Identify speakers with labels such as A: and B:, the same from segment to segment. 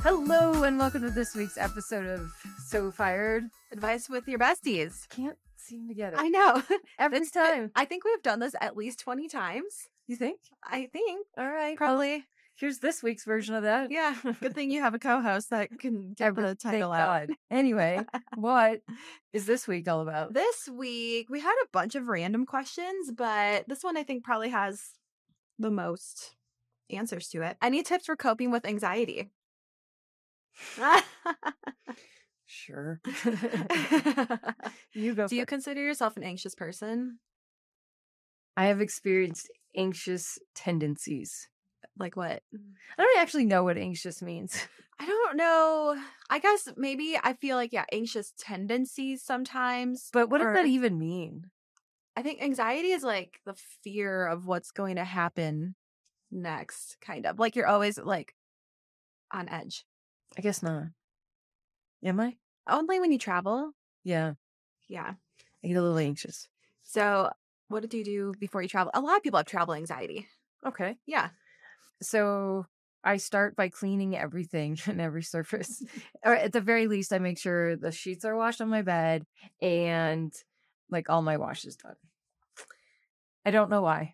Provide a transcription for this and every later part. A: Hello, and welcome to this week's episode of So Fired.
B: Advice with your besties.
A: Can't seem to get it
B: I know.
A: every
B: that's-
A: time.
B: I think we've done this at least 20 times.
A: You think?
B: I think.
A: All right.
B: Probably.
A: Here's this week's version of that.
B: Yeah. Good thing you have a co host that can get
A: Every-
B: the title
A: Thank
B: out.
A: God. Anyway, what is this week all about?
B: This week, we had a bunch of random questions, but this one I think probably has the most answers to it. Any tips for coping with anxiety?
A: Sure.
B: Do
A: you go.
B: you
A: first.
B: consider yourself an anxious person?
A: I have experienced anxious tendencies.
B: Like what?
A: I don't actually know what anxious means.
B: I don't know. I guess maybe I feel like, yeah, anxious tendencies sometimes.
A: But what
B: Or-
A: does that even mean?
B: I think anxiety is like the fear of what's going to happen next, kind of. Like you're always like on edge.
A: I guess not. Am I?
B: Only when you travel.
A: Yeah.
B: Yeah.
A: I get a little anxious.
B: So, what did you do before you travel? A lot of people have travel anxiety.
A: Okay.
B: Yeah.
A: So I start by cleaning everything and every surface. or at the very least, I make sure the sheets are washed on my bed and like all my wash is done. I don't know why.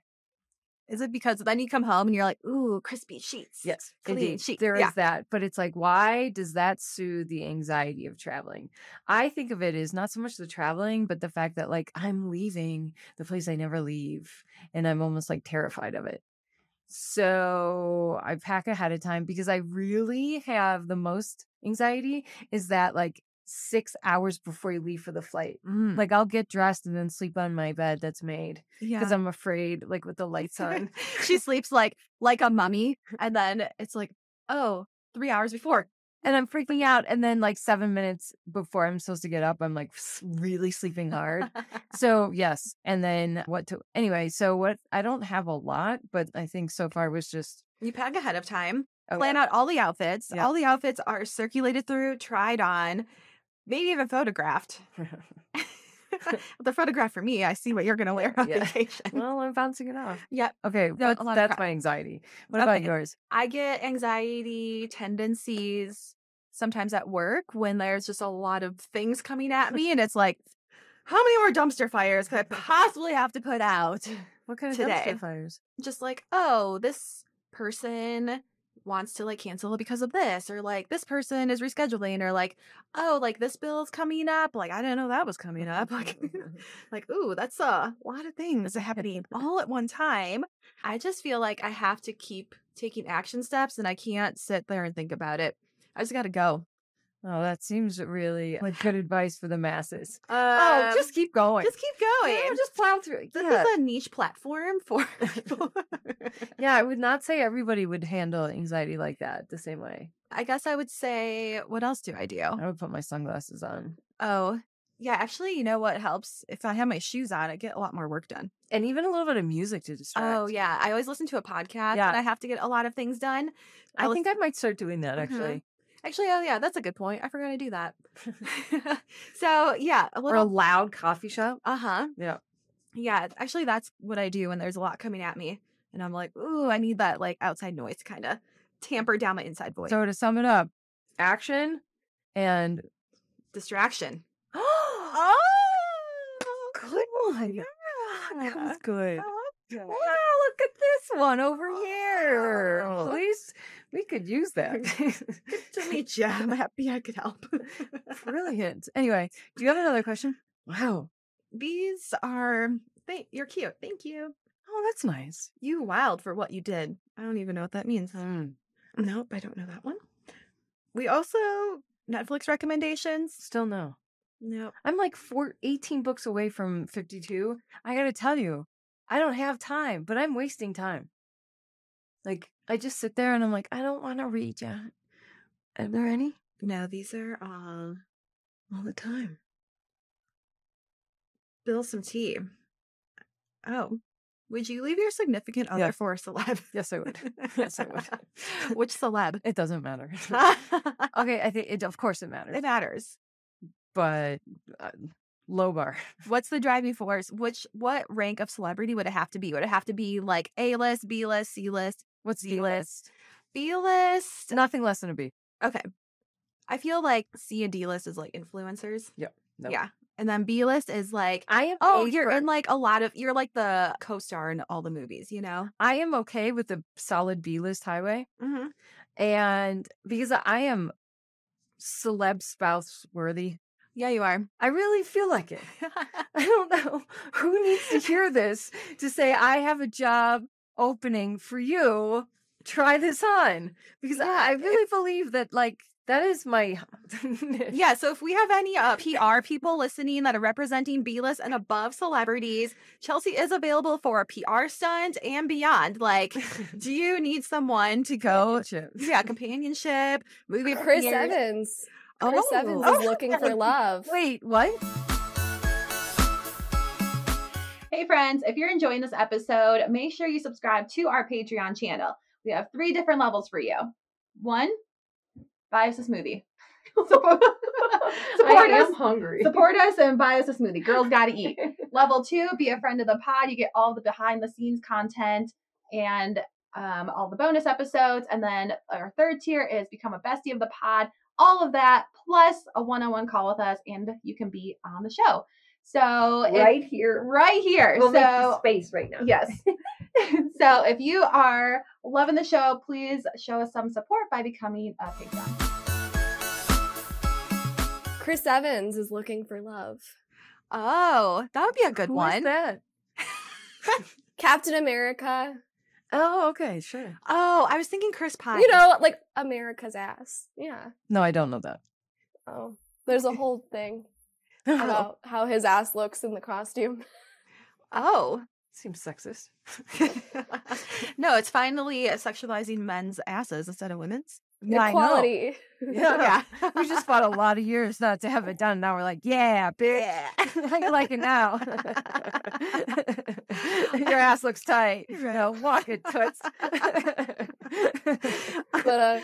B: Is it because then you come home and you're like, ooh, crispy sheets?
A: Yes,
B: clean
A: indeed.
B: sheets.
A: There is
B: Yeah.
A: that, but it's like, why does that soothe the anxiety of traveling? I think of it as not so much the traveling, but the fact that like I'm leaving the place I never leave, and I'm almost like terrified of it. So I pack ahead of time because I really have the most anxiety is that like six hours before you leave for the flight.
B: Mm,
A: Like I'll get dressed and then sleep on my bed that's made
B: yeah.
A: because I'm afraid, like with the lights on.
B: she sleeps like like a mummy. And then it's like, oh, three hours before.
A: and I'm freaking out. And then like seven minutes before I'm supposed to get up, I'm like s- really sleeping hard. so yes. And then what to anyway? So what? I don't have a lot, but I think so far was just
B: You pack ahead of time.
A: oh,
B: plan out all the outfits.
A: Yeah.
B: All the outfits are circulated through, tried on, maybe even photographed. the photograph for me, I see what you're going to wear on
A: Yeah.
B: vacation.
A: well, I'm bouncing it off.
B: Yeah,
A: Okay,
B: No,
A: what's-
B: a lot of
A: that's
B: crap.
A: my anxiety. What about
B: Okay.
A: yours?
B: I get anxiety tendencies sometimes at work when there's just a lot of things coming at me, and it's like, how many more dumpster fires could I possibly have to put out?
A: What kind of
B: Today.
A: dumpster fires?
B: just like, oh, this person wants to like cancel it because of this, or like this person is rescheduling, or like, oh, like this bill's coming up. Like, I didn't know that was coming up. Like, like, ooh, that's a lot of things happening all at one time. I just feel like I have to keep taking action steps and I can't sit there and think about it. I just gotta go.
A: Oh, that seems really like good advice for the masses.
B: Uh,
A: oh, just keep going.
B: just keep going.
A: Yeah, just plow through. it.
B: this
A: yeah.
B: is a niche platform for people.
A: yeah, I would not say everybody would handle anxiety like that the same way.
B: I guess I would say, what else do I do?
A: I would put my sunglasses on.
B: Oh, yeah. Actually, you know what helps? If I have my shoes on, I get a lot more work done.
A: and even a little bit of music to distract.
B: Oh, yeah. I always listen to a podcast
A: Yeah.
B: and I have to get a lot of things
A: I
B: done.
A: Mm-hmm.
B: I'll
A: think I might start doing that
B: Mhm.
A: actually,
B: Actually, oh, yeah. That's a good point. I forgot to do that. so, yeah. A
A: or a
B: little.
A: loud coffee shop.
B: Uh huh.
A: Yeah.
B: Yeah. Actually, that's what I do when there's a lot coming at me. And I'm like, ooh, I need that like outside noise to kind of tamper down my inside voice.
A: So to sum it up, action and
B: Distraction.
A: oh, good one. That was good. Wow, look at this one over here.
B: Oh.
A: Please, we could use that.
B: to meet you. I'm happy I could help.
A: Brilliant. Anyway, do you have another question? Wow.
B: These are th- you're cute. Thank you.
A: Oh, that's nice.
B: You wild for what you did. I don't even know what that means.
A: Mm.
B: Uh, Nope, I don't know that one. We also Netflix recommendations.
A: Still no.
B: Nope.
A: I'm like four, 18 books away from 52. I got to tell you, I don't have time, but I'm wasting time. Like, I just sit there and I'm like, I don't want to read yet. Are there any?
B: No, these are all
A: All the time.
B: Bill some tea. Oh. Would you leave your significant other
A: Yes.
B: for a celeb?
A: Yes, I would. Yes, I would.
B: Which celeb?
A: It doesn't matter.
B: it
A: okay, I think it, of course it matters,
B: matters.
A: but uh, low bar.
B: What's the driving force? Which what rank of celebrity would it have to be? Would it have to be like A list, B list, C list,
A: What's the list?
B: B-list? B list?
A: Nothing less than a B.
B: Okay. I feel like C and D list is like influencers.
A: Yep. Nope.
B: Yeah. And then B list is like,
A: I am
B: oh,
A: a
B: you're
A: for-
B: in like a lot of, you're like the co star in all the movies, you know?
A: I am okay with the solid B list highway.
B: Mm-hmm.
A: And because I am celeb spouse worthy.
B: Yeah, you are.
A: I really feel like it. I don't know who needs to hear this to say I have a job opening for you. Try this on because I-
B: Yeah,
A: I really believe that like that is my niche.
B: yeah. So if we have any uh, PR people listening that are representing B list and above celebrities, Chelsea is available for a PR stunt and beyond. Like, do you need someone to go?
A: Relationships.
B: Yeah, companionship, movie
C: Chris
B: premieres.
C: Evans. Chris Evans
A: Oh.
C: is looking for love.
A: Wait, what?
D: Hey, friends, if you're enjoying this episode, make sure you subscribe to our Patreon channel. We have three different levels for you. One, buy us a smoothie. support
E: I
D: us.
E: am hungry.
D: Support us and buy us a smoothie. Girls gotta eat. Level two, be a friend of the pod. You get all the behind the scenes content and um, all the bonus episodes. And then our third tier is become a bestie of the pod. All of that plus a one on one call with us, and you can be on the show. So if-
E: right here.
D: right here.
E: We'll make the
D: so
E: space right now.
D: Yes. so if you are loving the show, please show us some support by becoming a Patreon.
C: Chris Evans is looking for love.
B: Oh, that would be a good
A: Who is
B: one.
A: that?
C: Captain America.
A: Oh, okay, sure.
B: Oh, I was thinking Chris Pine.
C: You know, like America's ass. Yeah.
A: No, I don't know that.
C: Oh. There's a whole thing
A: Oh,
C: about how his ass looks in the costume.
B: Oh.
A: Seems sexist.
B: no, it's finally sexualizing men's asses instead of women's.
A: Yeah, I know.
C: Equality.
A: Yeah. we just fought a lot of years not to have it done. Now we're like, yeah, bitch. I like it now. Your ass looks tight. You
B: Right.
A: know, walk it, toots.
C: But uh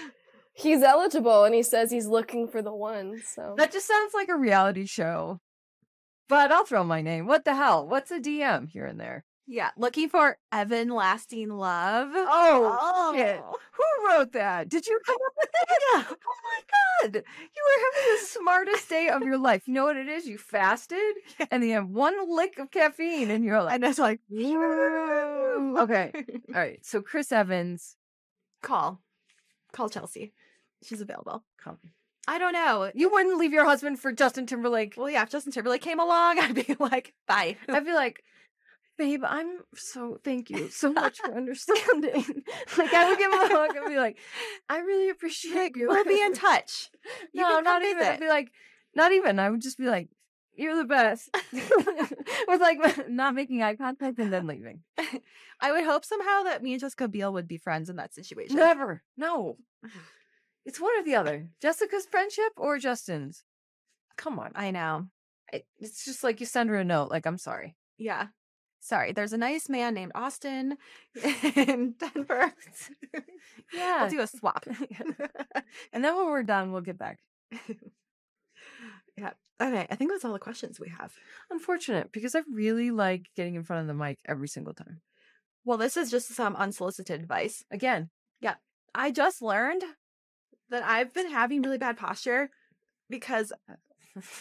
C: he's eligible and he says he's looking for the one. So
A: that just sounds like a reality show. But I'll throw my name. What the hell? What's a DM here and there?
B: yeah, looking for Evan lasting love.
A: Oh, shit. who wrote that? Did you come up with that? Oh my god, you were having the smartest day of your life. You know what it is? You fasted, and you have one lick of caffeine, and you're like,
B: And it's like
A: "Woo." okay, all right. So Chris Evans,
B: call. Call Chelsea. She's available.
A: come.
B: I don't know.
A: You wouldn't leave your husband for Justin Timberlake.
B: Well, yeah, if Justin Timberlake came along, I'd be like, bye.
A: I'd be like, babe, I'm so thank you so much for understanding. like I would give him a hug and be like, I really appreciate you.
B: We'll be in touch. You
A: no,
B: can come
A: not even. I'd
B: visit.
A: be like, not even. I would just be like, you're the best. With like not making eye contact and then leaving.
B: I would hope somehow that me and Jessica Biel would be friends in that situation.
A: Never. No. It's one or the other. Jessica's friendship or Justin's. Come on.
B: I know.
A: I- It's just like you send her a note, like, I'm sorry.
B: Yeah. Sorry, there's a nice man named Austin in Denver.
A: Yeah.
B: I'll do a swap.
A: and then when we're done, we'll get back.
B: yeah. Okay. I think that's all the questions we have.
A: Unfortunate because I really like getting in front of the mic every single time.
B: Well, this is just some unsolicited advice.
A: Again,
B: I just learned that I've been having really bad posture because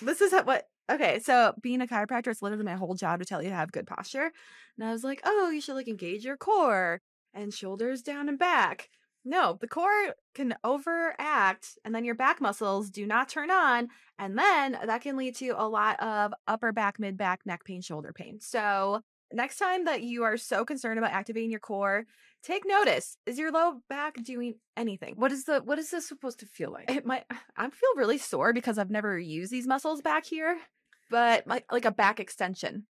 B: this is what. Okay, so being a chiropractor, it's literally my whole job to tell you to have good posture. And I was like, oh, you should like engage your core and shoulders down and back. No, the core can overact, and then your back muscles do not turn on. And then that can lead to a lot of upper back, mid back, neck pain, shoulder pain. So, next time that you are so concerned about activating your core, take notice. Is your low back doing anything?
A: what is the what is this supposed to feel like?
B: it might I feel really sore because I've never used these muscles back here, but my, like a back extension.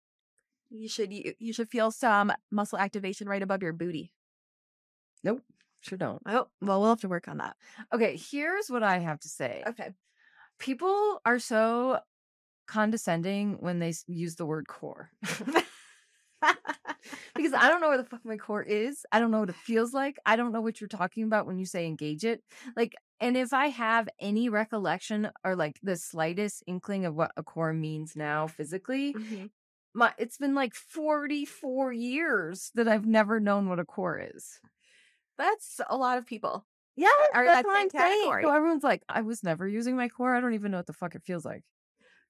B: You should you, you should feel some muscle activation right above your booty.
A: Sure don't.
B: Oh, well we'll have to work on that.
A: Okay, here's what I have to say.
B: Okay.
A: People are so condescending when they s- use the word core. because I don't know where the fuck my core is. I don't know what it feels like. I don't know what you're talking about when you say engage it. Like, and if I have any recollection or like the slightest inkling of what a core means now physically, my it's been like 44 years that I've never known what a core is.
B: That's a lot of people.
A: Yeah,
B: Or
A: that's
B: that
A: what I'm
B: same category.
A: saying. So everyone's like, I was never using my core. I don't even know what the fuck it feels like.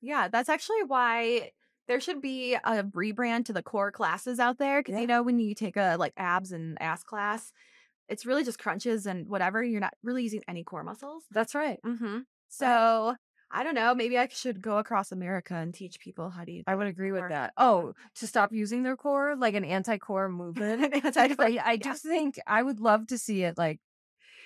B: Yeah, that's actually why there should be a rebrand to the core classes out there. Cause you know, when you take a like abs and ass class, it's really just crunches and whatever. You're not really using any core muscles.
A: That's right.
B: Mm-hmm. So I don't know. Maybe I should go across America and teach people how to use
A: I would agree with
B: Or-
A: that. Oh, to stop using their core, like an anti-core movement.
B: anti
A: I, I do
B: yeah.
A: think I would love to see it like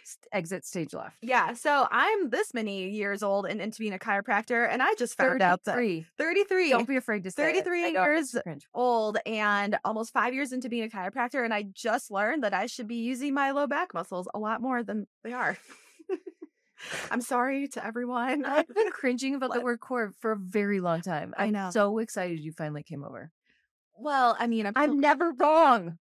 A: st- exit stage left.
B: Yeah. So I'm this many years old and into being a chiropractor, and I just found out that
A: 33.
B: 33.
A: Don't be afraid to say it.
B: 33
A: I know,
B: years
A: it's cringe.
B: old and almost five years into being a chiropractor, and I just learned that I should be using my low back muscles a lot more than they are. I'm sorry to everyone.
A: I've been cringing about the
B: What?
A: word core for a very long time.
B: I
A: I'm
B: know.
A: so excited you finally came over.
B: well, I mean, I'm, still-
A: I'm never wrong.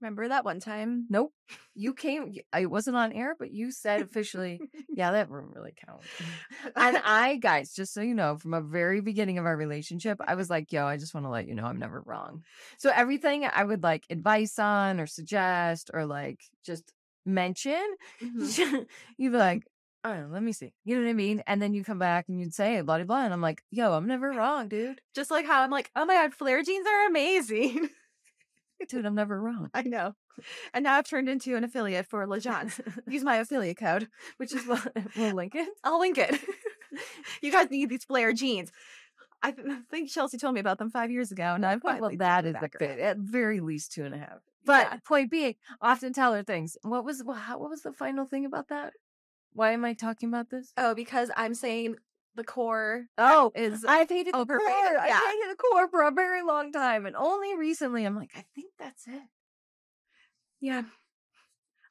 B: remember that one time.
A: Nope. You came, y- it wasn't on air, but you said officially, yeah, that room really counts. And I, guys, just so you know, from a very beginning of our relationship, I was like, yo, I just want to let you know I'm never wrong. So everything I would like advice on or suggest or like just mention, Mm-hmm.
B: Mhm.
A: you'd be like, I don't know, let me see. You know what I mean? And then you come back and you'd say blah, blah, blah. And I'm like, yo, I'm never wrong, dude.
B: Just like how I'm like, oh my God, flare jeans are amazing.
A: Dude, I'm never wrong.
B: I know. And now I've turned into an affiliate for Lejeun's. Use my affiliate code, which is
A: Well, we'll link it.
B: I'll link it. you guys need these flare jeans. I th- think Chelsea told me about them five years ago, and I've
A: Well,
B: finally
A: that
B: taken
A: is
B: them
A: a
B: back
A: bit,
B: around.
A: at very least two and a half. But
B: Yeah.
A: point being, often tell her things. What was wha- how, what was the final thing about that? Why am I talking about this?
B: Oh, because I'm saying the core
A: Oh,
B: is
A: I've hated the core.
B: overrated, yeah.
A: I've hated the core for a very long time, and only recently I'm like, I think that's it.
B: yeah.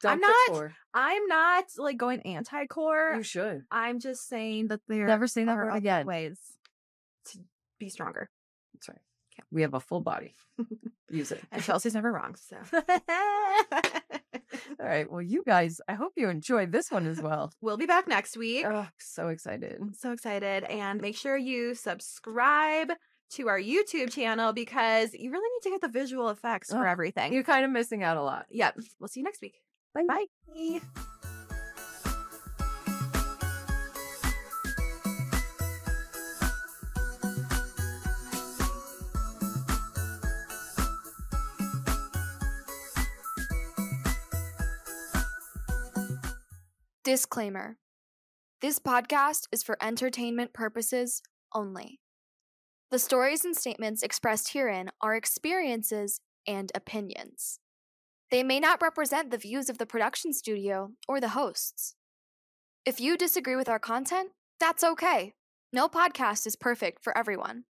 A: Dump the
B: not-
A: core.
B: I'm not like going anti-core.
A: You should
B: I'm just saying that there
A: never say that
B: are
A: word
B: other
A: again.
B: ways to be stronger.
A: That's right. We have a full body. Use it.
B: And Chelsea's never wrong. So
A: All right. Well, you guys, I hope you enjoyed this one as well.
B: we'll be back next week.
A: Oh, so excited.
B: so excited. And make sure you subscribe to our YouTube channel because you really need to get the visual effects for
A: Oh,
B: everything.
A: You're kind of missing out a lot.
B: yep. We'll see you next week. Bye. Bye.
C: Disclaimer This podcast is for entertainment purposes only. The stories and statements expressed herein are experiences and opinions. They may not represent the views of the production studio or the hosts. If you disagree with our content, that's okay. No podcast is perfect for everyone.